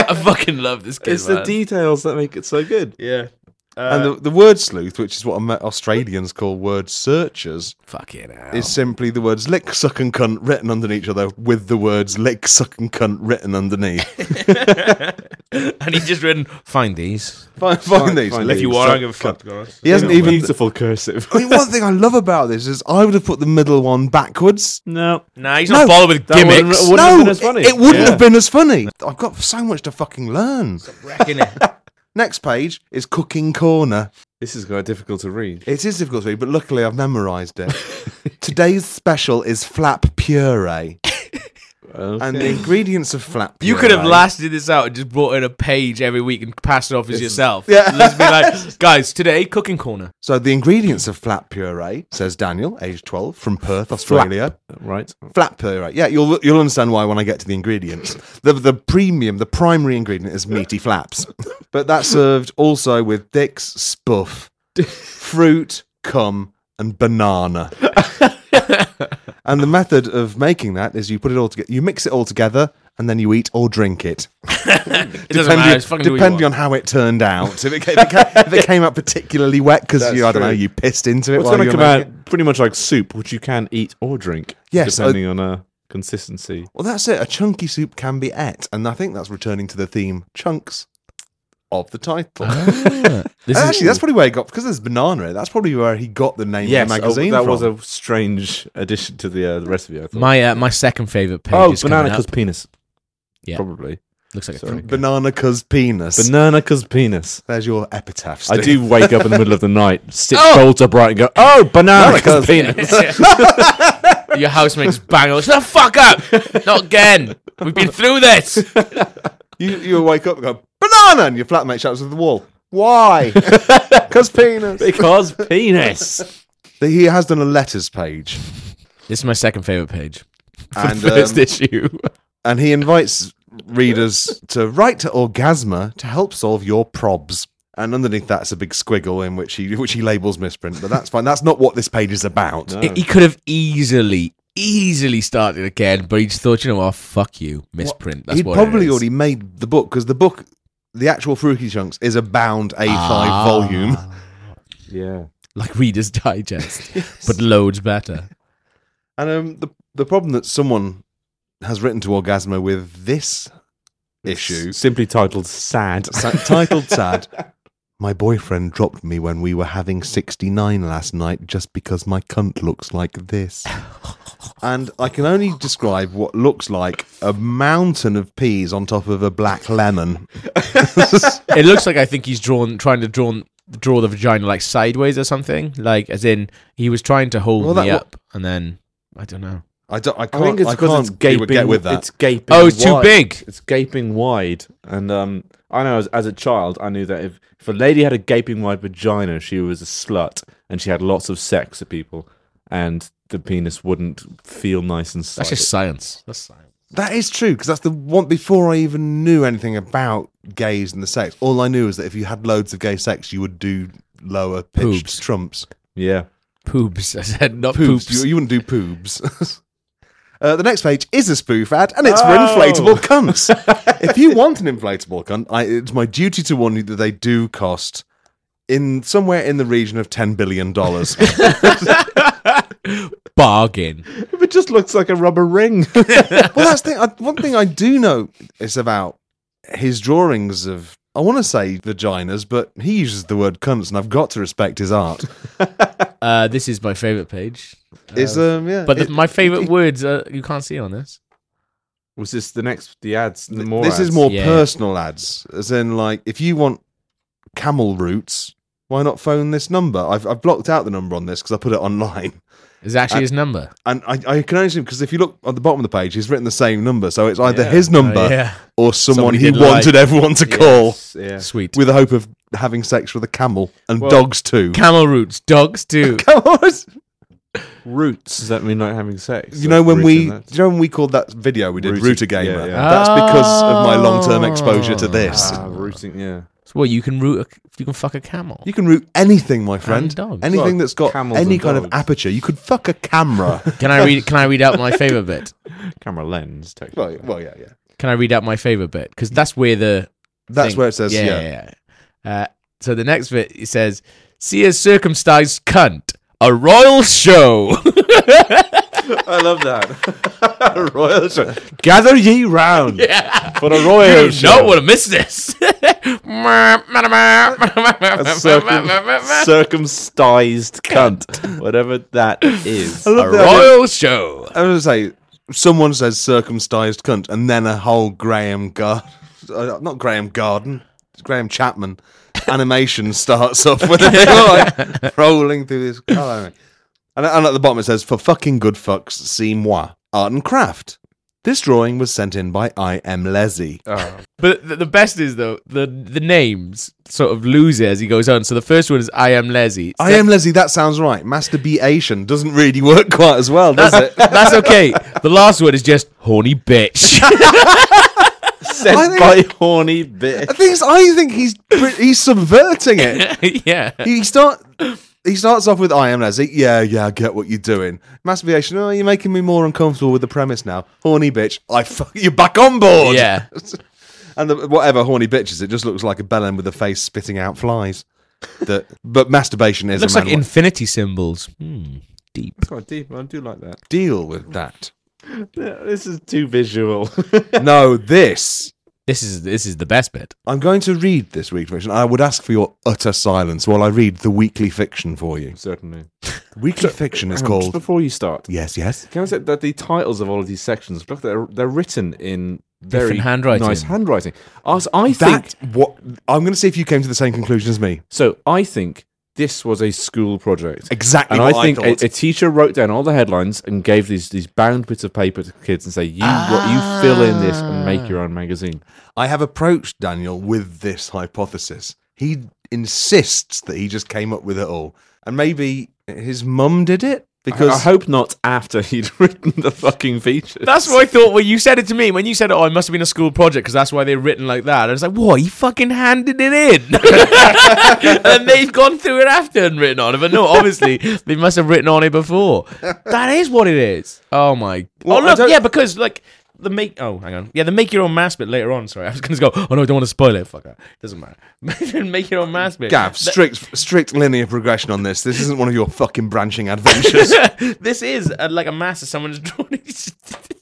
S4: I fucking love this kid.
S2: It's the
S4: man.
S2: details that make it so good.
S4: yeah.
S3: and the, the word sleuth, which is what Am- Australians call word searchers,
S4: Fucking hell.
S3: is simply the words lick, suck, and cunt written underneath each other with the words lick, suck, and cunt written underneath.
S4: and he just written, find these.
S3: Find, find these.
S2: find
S3: lick,
S4: If you want, I
S3: suck,
S4: don't give a fuck. to be honest.
S3: He hasn't even.
S2: Beautiful cursive.
S3: I mean, one thing I love about this is I would have put the middle one backwards.
S2: no,
S4: Nah, he's
S3: No,
S4: not bothered with
S2: that wouldn't-
S4: gimmicks.
S2: wouldn't-
S3: no,
S2: have been as funny.
S3: It, it wouldn't
S2: Yeah.
S3: have been as funny. I've got so much to fucking learn.
S4: Reckon it.
S3: Next page is Cooking Corner.
S2: this is quite difficult to read.
S3: It is difficult to read, but luckily I've memorised it. Today's special is flap puree. And the ingredients of flap puree.
S4: You could have lasted this out and just brought in a page every week and passed it off as yourself.
S3: Yeah.
S4: Just be like, guys, today, cooking corner.
S3: So the ingredients of flap puree, says Daniel, age 12, from Perth, Australia.
S2: Right.
S3: Flap puree. Yeah, you'll you'll understand why when I get to the ingredients. The the premium, the primary ingredient is meaty flaps, but that's served also with Dick's spuff, fruit, cum, and banana. and the method of making that is you put it all together, you mix it all together, and then you eat or drink it,
S4: It doesn't matter. It's fucking do what you want.
S3: depending on how it turned out. If it, ca- if it, ca- if it came out particularly wet because I
S2: That's
S3: don't know
S2: true.
S3: you pissed into it,
S2: It's
S3: while
S2: going
S3: you
S2: to
S3: were
S2: come
S3: making
S2: out
S3: it.
S2: pretty much like soup, which you can eat or drink,
S3: Yes, uh,
S2: depending on uh, consistency.
S3: Well, that's it. A chunky soup can be et, and I think that's returning to the theme chunks of the title.
S2: Ah,
S4: This
S3: Actually, that's probably where he got because there's banana. in it, That's probably where he got the name
S2: Yes,
S3: of the magazine.
S2: oh, that
S3: from.
S2: was a strange addition to the, uh, the recipe. I thought.
S4: my uh, my second favorite page.
S2: oh,
S4: is coming
S2: banana
S4: up.
S2: cause penis.
S4: Yeah.
S2: probably
S4: looks like a
S2: Sorry.
S4: drink.
S3: banana cuz penis.
S2: banana cause penis.
S3: there's your epitaph.
S2: I
S3: Steve.
S2: do wake up in the middle of the night, sit
S4: Oh!
S2: bolt upright, and go, "Oh, banana cause penis."
S4: Your housemates bang. Shut the fuck up! Not again. We've been through this.
S3: You, you wake up and go banana, and your flatmate shouts at the wall. Why? Cuz penis.
S2: because penis.
S3: He has done a letters page,
S4: This is my second favorite page.
S3: and
S4: First
S3: um,
S4: issue.
S3: and he invites readers to write to Orgasma to help solve your probs. And underneath that's a big squiggle in which he which he labels misprint, but that's fine. That's not what this page is about.
S2: No.
S4: He- He could have easily, easily started again, but he just thought, you know what? Fuck you, misprint. That's
S3: He'd
S4: what
S3: probably
S4: it is.
S3: already made the book because the book, the actual Fruity Chunks, is a bound A5
S4: Ah.
S3: volume.
S2: yeah.
S4: like Reader's Digest, but loads better.
S3: And um, the the problem that someone has written to Orgasmo with this issue,
S2: S- simply titled "Sad."
S3: sa- titled "Sad." My boyfriend dropped me when we were having 69 last night just because my cunt looks like this. And I can only describe what looks like a mountain of peas on top of a black lemon.
S4: It looks like I think he's drawn, trying to draw, draw the vagina like sideways or something. Like as in he was trying to hold
S3: Well, that
S4: me
S3: wa-
S4: up, and then I don't know.
S3: I don't. I
S2: I
S3: can't. I,
S2: think it's because
S3: can't
S2: it's gaping.
S3: get with that.
S2: It's gaping.
S4: Oh, it's too
S2: wide.
S4: big.
S2: It's gaping wide, and um, I know as, as a child, I knew that if, if a lady had a gaping wide vagina, she was a slut, and she had lots of sex with people, and the penis wouldn't feel nice and slide.
S4: That's just science. That's science.
S3: That is true because that's the one before I even knew anything about gays and the sex. All I knew is that if you had loads of gay sex, you would do lower pitched
S4: Poobs.
S3: trumps.
S2: yeah.
S4: Poobs. I said not
S3: Poobs.
S4: poops.
S3: You, you wouldn't do poobs. Uh, the next page is a spoof ad, and it's for
S2: Oh.
S3: inflatable cunts. if you want an inflatable cunt, I, it's my duty to warn you that they do cost in somewhere in the region of ten billion dollars.
S4: Bargain.
S2: It just looks like a rubber ring.
S3: well, that's the thing. I, one thing I do know is about his drawings of. I want to say vaginas, but he uses the word cunts, and I've got to respect his art.
S4: Uh, this is my favorite page.
S3: It's um, yeah.
S4: But
S3: it-
S4: the, my favorite words uh, you can't see on this.
S2: was this the next? The ads. The more
S3: this is
S2: ads?
S3: more
S4: Yeah.
S3: personal ads, as in like if you want camel routes, why not phone this number? I've I've blocked out the number on this because I put it online,
S4: Is actually his number.
S3: and I, I can only assume because if you look at the bottom of the page, he's written the same number, so it's either
S2: Yeah.
S3: his number
S4: Oh, yeah.
S3: or someone
S4: Somebody
S3: he
S4: did like-
S3: wanted everyone to call
S2: Yeah.
S4: Sweet.
S3: with the hope of having sex with a camel and
S2: Well-
S3: dogs too.
S4: camel roots, dogs too.
S3: Camels.
S2: Roots. Does that mean not having sex?
S3: You know
S2: Like
S3: when we,
S2: rooting
S3: you
S2: that?
S3: know when we called that video we did
S2: Rooted,
S3: Rooter Gamer.
S2: yeah, yeah.
S3: That's because of my long-term exposure to
S4: Oh.
S3: this.
S2: Ah, rooting. Yeah.
S4: So what you can root? A, you can fuck a camel.
S3: You can root anything, my friend.
S4: dogs.
S3: Anything
S2: Well,
S3: that's got
S2: camels
S3: any
S2: and
S3: kind of
S2: dogs.
S3: aperture. You could fuck a camera.
S4: Can I read? Can I read out my favorite bit?
S2: Camera lens. Technically.
S3: well, well, yeah, yeah.
S4: Can I read out my favorite bit? Because that's where the
S3: That's
S4: thing-
S3: where it says, yeah.
S4: yeah. yeah. Uh, so the next bit it says, "See a circumcised cunt, a royal show."
S2: I love that. royal show. Gather ye round for a
S4: You
S2: royal
S4: do not
S2: show.
S4: want to miss this.
S2: A circum- circumcised cunt, whatever that is.
S3: I
S4: a
S3: love that.
S4: royal show.
S3: I was going to say, someone says circumcised cunt, and then a whole Graham Garden, uh, not Graham Garden, it's Graham Chapman animation starts off with it like, rolling through this. Oh, anyway. and, and at the bottom it says, for fucking good fucks, see moi, art and craft. This drawing was sent in by I M Leslie.
S4: But the, the best is though the the names sort of lose it as he goes on. So the first one is I am Leslie.
S3: I am Leslie. That sounds right. Masturbation doesn't really work quite as well, does it?
S4: That's okay. The last one is just horny bitch.
S3: I
S2: Sent
S3: think-
S2: by horny bitch.
S3: The thing is, I think he's pre- he's subverting it.
S4: yeah.
S3: He start he starts off with I am Leslie. Yeah, yeah, I get what you're doing. Masturbation. Oh, you're making me more uncomfortable with the premise now. Horny bitch. I fuck you back on board.
S4: Yeah.
S3: And the, whatever horny bitch is, it just looks like a bellend with a face spitting out flies. That, but masturbation is
S4: Looks
S3: a
S4: like
S3: man like
S4: infinity symbols. Hmm. Deep.
S2: Quite deep. I do like that.
S3: deal with that.
S2: This is too visual.
S3: no, this
S4: This is this is the best bit.
S3: I'm going to read this week's fiction. I would ask for your utter silence while I read the weekly fiction for you.
S2: Certainly.
S3: Weekly fiction is
S2: Hang on, just
S3: called.
S2: Before you start,
S3: Yes, yes.
S2: can I say that the titles of all of these sections look they're they're written in very
S4: Different handwriting.
S2: nice handwriting. As I think
S3: That what I'm going to see if you came to the same conclusion as me.
S2: so. I think this was a school project.
S3: Exactly.
S2: And
S3: what
S2: I think
S3: I thought.
S2: a, a teacher wrote down all the headlines and gave these these bound bits of paper to kids and say, "You what you fill in this and make your own magazine."
S3: I have approached Daniel with this hypothesis. He insists that he just came up with it all, and maybe his mum did it because
S2: I hope not after he'd written the fucking features.
S4: That's what I thought when you said it to me. When you said, "Oh, it must have been a school project," because that's why they're written like that. I was like, "What? He fucking handed it in," and they've gone through it after and written on it. But no, obviously they must have written on it before. That is what it is. Oh my!
S3: Well, I
S4: oh look,
S3: don't-
S4: yeah, because like the make. Oh, hang on. Yeah, the make your own mask bit later on. Sorry, I was going to go. Oh no, I don't want to spoil it. Fuck that. Doesn't matter. make your own mask bit.
S3: Gav,
S4: Th-
S3: strict strict linear progression on this. This isn't one of your fucking branching adventures.
S4: this is uh like a mass of someone's drawing.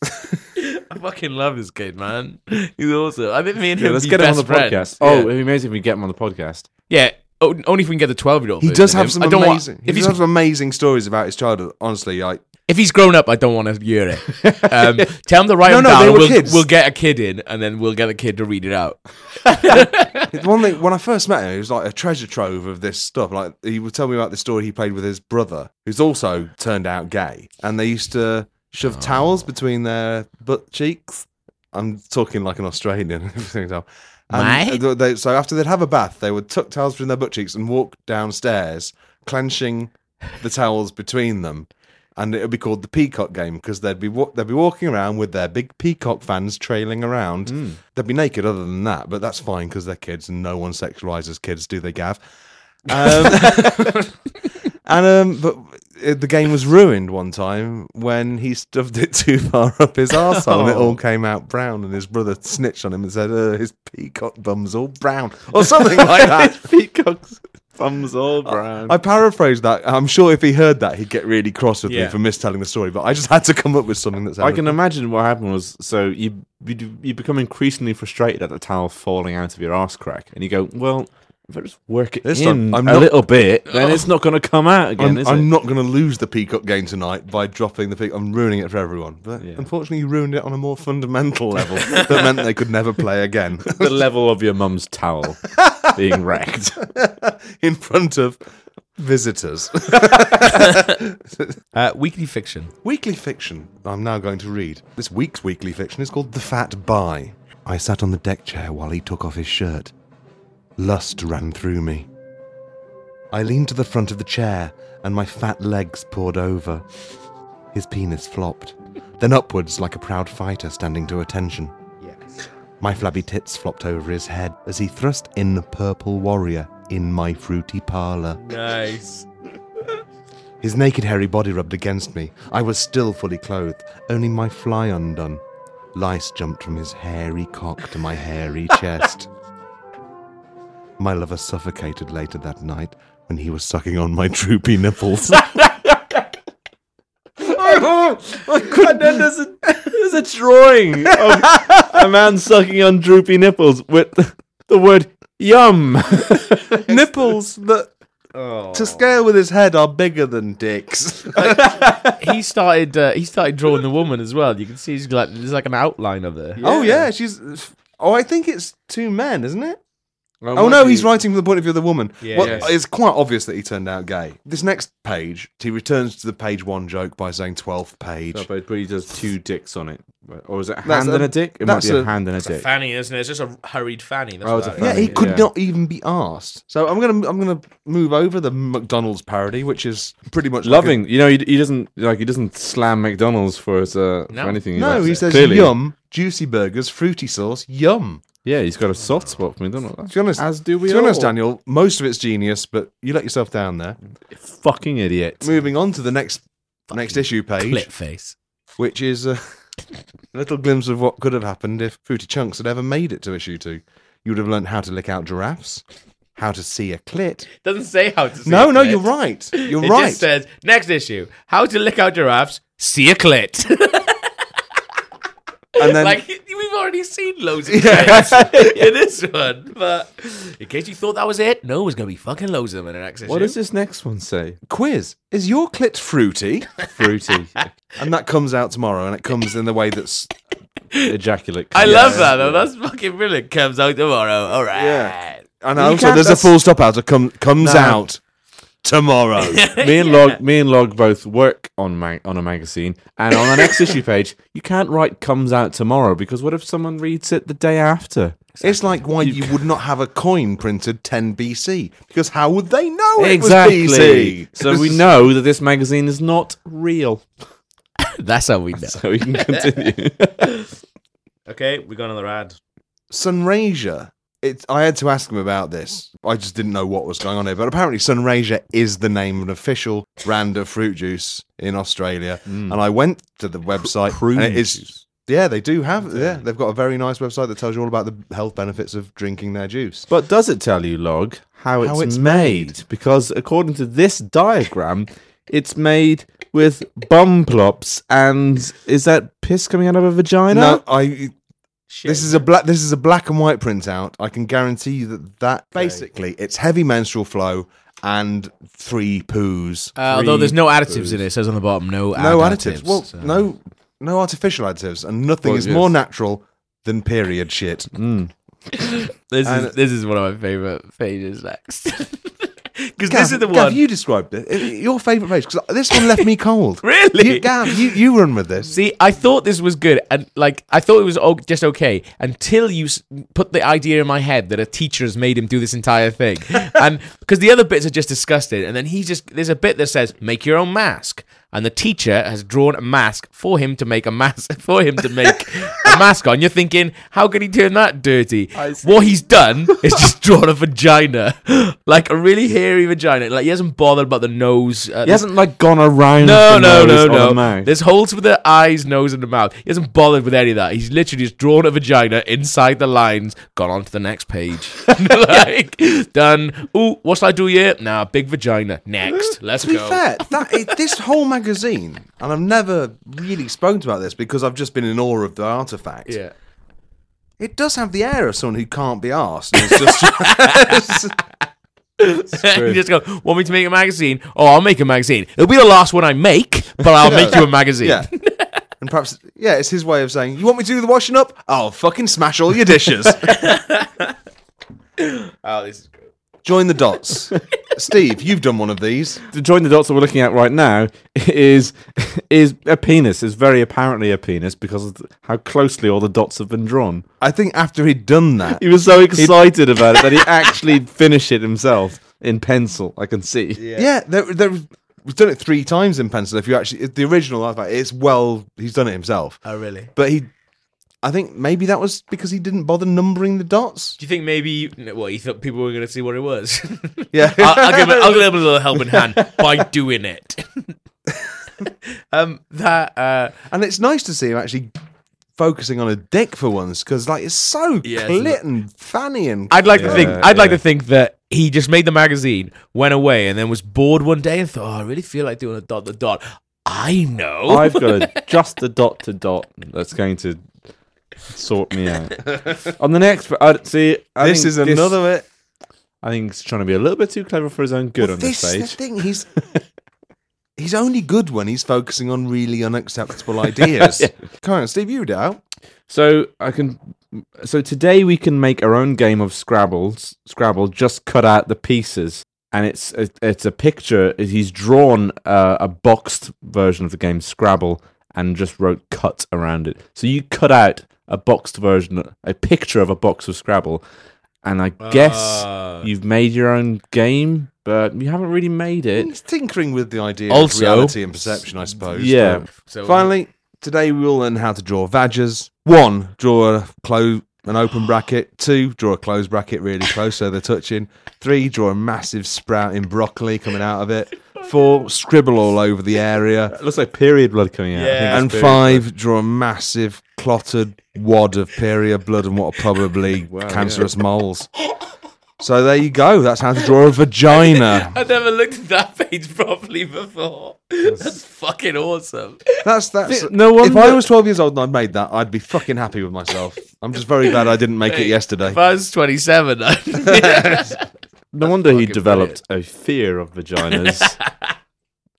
S4: I fucking love this kid, man. He's awesome. I think me and him.
S2: Yeah, let's
S4: be
S2: get him on
S4: best
S2: the
S4: friends.
S2: podcast. Oh, it'd
S4: yeah.
S2: be amazing if we get him on the podcast.
S4: yeah. Oh, only if we can get the twelve-year-old.
S3: he
S4: version
S3: does
S4: of
S3: have
S4: him.
S3: some
S4: I don't want-
S3: amazing.
S4: if
S3: he
S4: he's
S3: does have some amazing stories about his childhood. Honestly, I
S4: If he's grown up, I don't want to hear it. Um, tell him to write
S3: No,
S4: them
S3: no,
S4: down.
S3: they
S4: and
S3: were
S4: we'll,
S3: kids.
S4: we'll get a kid in, and then we'll get a kid to read it out.
S3: The one thing when I first met him, it was like a treasure trove of this stuff. Like he would tell me about the story he played with his brother, who's also turned out gay, and they used to shove towels between their butt cheeks. I'm talking like an Australian. if you can tell. And th- they, so after they'd have a bath, they would tuck towels between their butt cheeks and walk downstairs, clenching the towels between them. And it would be called the peacock game because they'd be wa- they'd be walking around with their big peacock fans trailing around. They'd be naked other than that, but that's fine because they're kids and no one sexualizes kids, do they, Gav? Um, and um, but it, the game was ruined one time when he stuffed it too far up his arsehole and it all came out brown. And his brother snitched on him and said, uh, "His peacock bum's all brown" or something like that.
S2: Peacock's thumbs all brown.
S3: I paraphrased that. I'm sure if he heard that, he'd get really cross with me
S4: Yeah.
S3: for mistelling the story. But I just had to come up with something that's.
S2: I can imagine what happened was so you you, do- you become increasingly frustrated at the towel falling out of your arse crack, and you go, well, if I just work it
S3: This
S2: in
S3: time, I'm
S2: a
S3: not-
S2: little bit, then it's not going to come out again,
S3: I'm,
S2: is
S3: I'm
S2: it?
S3: not going to lose the peacock game tonight by dropping the peacock. I'm ruining it for everyone. But unfortunately, you ruined it on a more fundamental level that meant they could never play again
S2: the level of your mum's towel being wrecked.
S3: in front of visitors.
S4: Uh, weekly fiction.
S3: Weekly fiction I'm now going to read. This week's weekly fiction is called The Fat Bye. I sat on the deck chair while he took off his shirt. Lust ran through me. I leaned to the front of the chair and my fat legs poured over. His penis flopped, then upwards like a proud fighter standing to attention. My flabby tits flopped over his head as he thrust in Purple Warrior in my fruity parlour.
S4: Nice.
S3: His naked hairy body rubbed against me. I was still fully clothed, only my fly undone. Lice jumped from his hairy cock to my hairy chest. My lover suffocated later that night when he was sucking on my droopy nipples.
S2: and then there's a, there's a drawing of a man sucking on droopy nipples with the, the word yum.
S3: nipples that, to scale with his head, are bigger than dicks.
S4: he started. Uh, he started drawing the woman as well. You can see he's like there's like an outline of her.
S3: Oh, yeah, she's. Oh, I think it's two men, isn't it? Oh no, he's writing from the point of view of the woman.
S4: Yeah,
S3: well,
S4: yes.
S3: it's quite obvious that he turned out gay. This next page, he returns to the page one joke by saying twelfth page.
S2: But he does two dicks on it. Or is it hand
S3: That's a-
S2: and a dick? It might
S3: that's
S2: be a,
S3: a-
S2: hand and a dick.
S4: Fanny, isn't it? It's just a hurried Fanny. That's
S2: Oh, it's a
S4: what that
S3: yeah,
S4: is.
S2: fanny.
S3: he could
S2: yeah.
S3: not even be asked. So I'm gonna I'm gonna move over the McDonald's parody, which is pretty much like a-
S2: Loving, you know, he, he doesn't like he doesn't slam McDonald's for his uh,
S4: No.
S2: for anything. he
S3: no,
S2: likes.
S3: he says
S2: Clearly.
S3: yum, juicy burgers, fruity sauce, yum.
S2: Yeah, he's got a soft spot for McDonald's.
S3: To be honest,
S2: as do we.
S3: to be honest,
S2: all.
S3: Daniel, most of it's genius, but you let yourself down there.
S2: fucking idiot.
S3: Moving on to the next next issue page.
S4: Clit face.
S3: which is a little glimpse of what could have happened if Fruity Chunks had ever made it to issue two. You would have learnt how to lick out giraffes, how to see a clit.
S4: Doesn't say how to. See
S3: no,
S4: a
S3: no,
S4: clit.
S3: you're right. You're
S4: It
S3: right.
S4: just says next issue: how to lick out giraffes. See a clit.
S3: and then
S4: like we've already seen loads of clits in this one, but in case you thought that was it, no, there's gonna be fucking loads of them in the next issue.
S2: What does this next one say?
S3: quiz: Is your clit fruity?
S2: Fruity
S3: and that comes out tomorrow, and it comes in the way that's
S2: ejaculate.
S4: I love that though. That's fucking brilliant. Comes out tomorrow. All right.
S3: Yeah. and
S2: you
S3: also
S2: can't-
S3: there's a
S2: that's-
S3: full stop out. It come, comes
S2: No.
S3: out tomorrow.
S2: Me and Log, me and Log both work on mag- on a magazine, and on the next issue page, you can't write "comes out tomorrow" because what if someone reads it the day after?
S3: It's like why you, would not have a coin printed 10 BC because how would they know it was BC?
S2: So we know that this magazine is not real.
S4: That's how we know.
S2: So we can continue.
S4: Okay, we got another ad.
S3: Sunraysia. It's, I had to ask him about this. I just didn't know what was going on here. But apparently, Sunraysia is the name of an official brand of fruit juice in Australia.
S2: Hmm.
S3: And I went to the website. and it is- Yeah, they do have. Yeah, they've got a very nice website that tells you all about the health benefits of drinking their juice.
S2: But does it tell you, Log, how it's,
S3: How it's
S2: made? Because according to this diagram, it's made with bum plops and is that piss coming out of a vagina?
S3: No, I. This is a black. This is a black and white printout. I can guarantee you that that basically it's heavy menstrual flow and three poos.
S4: Uh, although there's no additives in it. It says on the bottom, no
S3: no
S4: add
S3: additives. Well,
S4: so-
S3: no, no artificial additives, and nothing
S2: Well,
S3: is
S2: yes.
S3: more natural than period shit.
S4: Mm. This
S3: and-
S4: is this is one of my favorite pages next. Because
S3: Gav,
S4: this is the
S3: Gav,
S4: one.
S3: you described it. I- Your favourite page because this one left me cold.
S4: Really?
S3: you, Gav? You, you run with this.
S4: See, I thought this was good, and like I thought it was o- just okay until you s- put the idea in my head that a teacher has made him do this entire thing, and because the other bits are just disgusted, and then he just there's a bit that says make your own mask, and the teacher has drawn a mask for him to make a mask for him to make a mask on. You're thinking, how could he turn that dirty? What he's done is just drawn a vagina, like a really hairy vagina. Like he hasn't bothered about the nose. Uh,
S2: He hasn't like gone around.
S4: no,
S2: the nose
S4: no, no,
S2: or the
S4: no.
S2: mouth.
S4: There's holes for the eyes, nose, and the mouth. He hasn't bothered with any of that. He's literally just drawn a vagina inside the lines, gone on to the next page. like, done. Ooh, what shall I do here? Nah, big vagina. Next. Let's
S3: To be
S4: go.
S3: fair, that, it, this whole magazine, and I've never really spoken about this because I've just been in awe of the artifact.
S4: Yeah.
S3: It does have the air of someone who can't be asked. And it's just
S4: you just go, want me to make a magazine? Oh, I'll make a magazine. It'll be the last one I make, but I'll make you a magazine.
S3: yeah. And perhaps, yeah, it's his way of saying, "You want me to do the washing up? I'll fucking smash all your dishes."
S4: Oh, this is good.
S3: Join the dots, Steve. You've done one of these.
S2: to join the dots that we're looking at right now is is a penis is very apparently a penis because of th- how closely all the dots have been drawn.
S3: I think after he'd done that,
S2: He was so excited about it that he actually finished it himself in pencil. I can see.
S3: yeah, there, there, we've done it three times in pencil. If you actually, it- the original, I thought it's well, he's done it himself.
S4: Oh, really?
S3: But he, I think maybe that was because he didn't bother numbering the dots.
S4: Do you think maybe, well, you thought people were going to see what it was?
S3: Yeah,
S4: I'll, I'll, give him, I'll give him a little helping hand by doing it. um, that uh,
S3: and it's nice to see him actually focusing on a dick for once because like it's so
S4: Yeah, it's
S3: clit and fanny and
S4: I'd like to
S2: Yeah,
S4: think. I'd like
S2: yeah.
S4: to think that he just made the magazine, went away, and then was bored one day and thought, "Oh, I really feel like doing a dot the dot." I know.
S2: I've got a, just a dot to dot that's going to sort me out. On the next, I see. I
S3: this
S2: think
S3: is another bit.
S2: I think he's trying to be a little bit too clever for his own good
S3: Well,
S2: on this,
S3: is
S2: page.
S3: The thing he's he's only good when he's focusing on really unacceptable ideas. Come on, Steve, you doubt.
S2: So I can. So today we can make our own game of Scrabble. s- Scrabble, just cut out the pieces, and it's it- it's a picture. He's drawn uh, a boxed version of the game Scrabble and just wrote "cut" around it. So you cut out a boxed version, a picture of a box of Scrabble, and I
S4: Ah.
S2: guess you've made your own game, but you haven't really made it.
S3: He's tinkering with the idea
S4: Also-
S3: of reality and perception, I suppose.
S2: Yeah,
S4: so
S3: Finally, today we will learn how to draw vadges. One, draw a close an open bracket. Two, draw a closed bracket really close so they're touching. Three, draw a massive sprouting broccoli coming out of it. Four, scribble all over the area.
S2: it looks like period blood coming out. I think
S4: Yeah.
S2: it's
S3: And
S2: period
S3: five, draw a massive clotted wad of period blood and what are probably cancerous moles. So there you go. That's how to draw a vagina.
S4: I never looked at that page properly before. That's fucking awesome.
S3: That's that's
S2: Th- no
S3: If
S2: wonder-
S3: I was twelve years old and I'd made that, I'd be fucking happy with myself. I'm just very glad I didn't make it yesterday.
S4: If I was 27, I'd-
S2: No wonder he developed a fear of vaginas,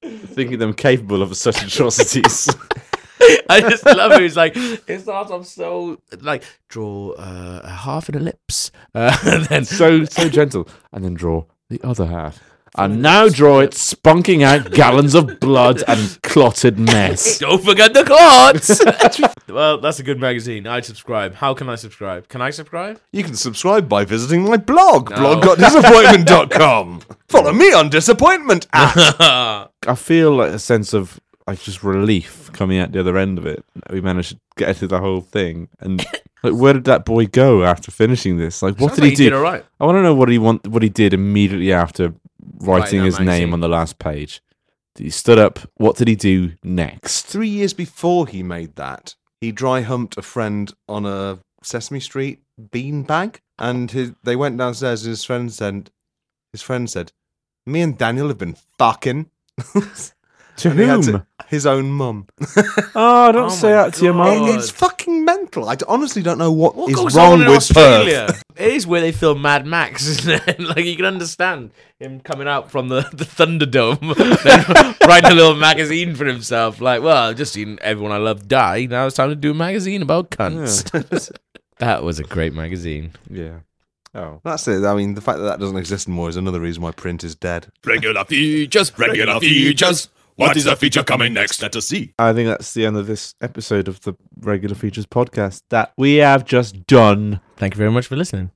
S2: thinking them capable of such atrocities.
S4: I just love it. It's like it starts off so like draw uh, a half an ellipse, uh, and then
S2: so so gentle, and then draw the other half, and now draw it spunking out gallons of blood and clotted mess.
S4: Don't forget the cards. well, that's a good magazine. I'd subscribe. How can I subscribe? Can I subscribe?
S3: You can subscribe by visiting my blog,
S4: No.
S3: blog.disappointment.com. Follow me on disappointment at
S2: I feel like a sense of like just relief coming out the other end of it. We managed to get through the whole thing, and like, where did that boy go after finishing this? Like, what
S4: Sounds
S2: did
S4: like
S2: he do?
S4: All right.
S2: I want to know what he want, what he did immediately after writing
S4: that
S2: his
S4: magazine.
S2: name on the last page. He stood up. What did he do next?
S3: three years before he made that, he dry humped a friend on a Sesame Street bean bag, and his, they went downstairs. and His friend said, "His friend said, me and Daniel have been fucking."
S2: To
S3: And he had to-
S2: whom?
S3: his own mum.
S2: Oh, don't say
S4: my
S2: that to your
S4: Oh, God.
S2: mum.
S4: It-
S3: It's fucking mental. I d- honestly don't know what,
S4: What
S3: is
S4: goes
S3: wrong
S4: on in
S3: with Perth.
S4: Australia? it is where they film Mad Max, isn't it? like you can understand him coming out from the, the Thunderdome, then writing a little magazine for himself. Like, well, I've just seen everyone I love die. Now it's time to do a magazine about cunts. that was a great magazine.
S2: Yeah. Oh.
S3: That's it. I mean, the fact that that doesn't exist anymore is another reason why print is dead.
S1: Regular features, regular features. What is the feature coming next? Let us see.
S2: I think that's the end of this episode of the Regular Features podcast that we have just done.
S4: Thank you very much for listening.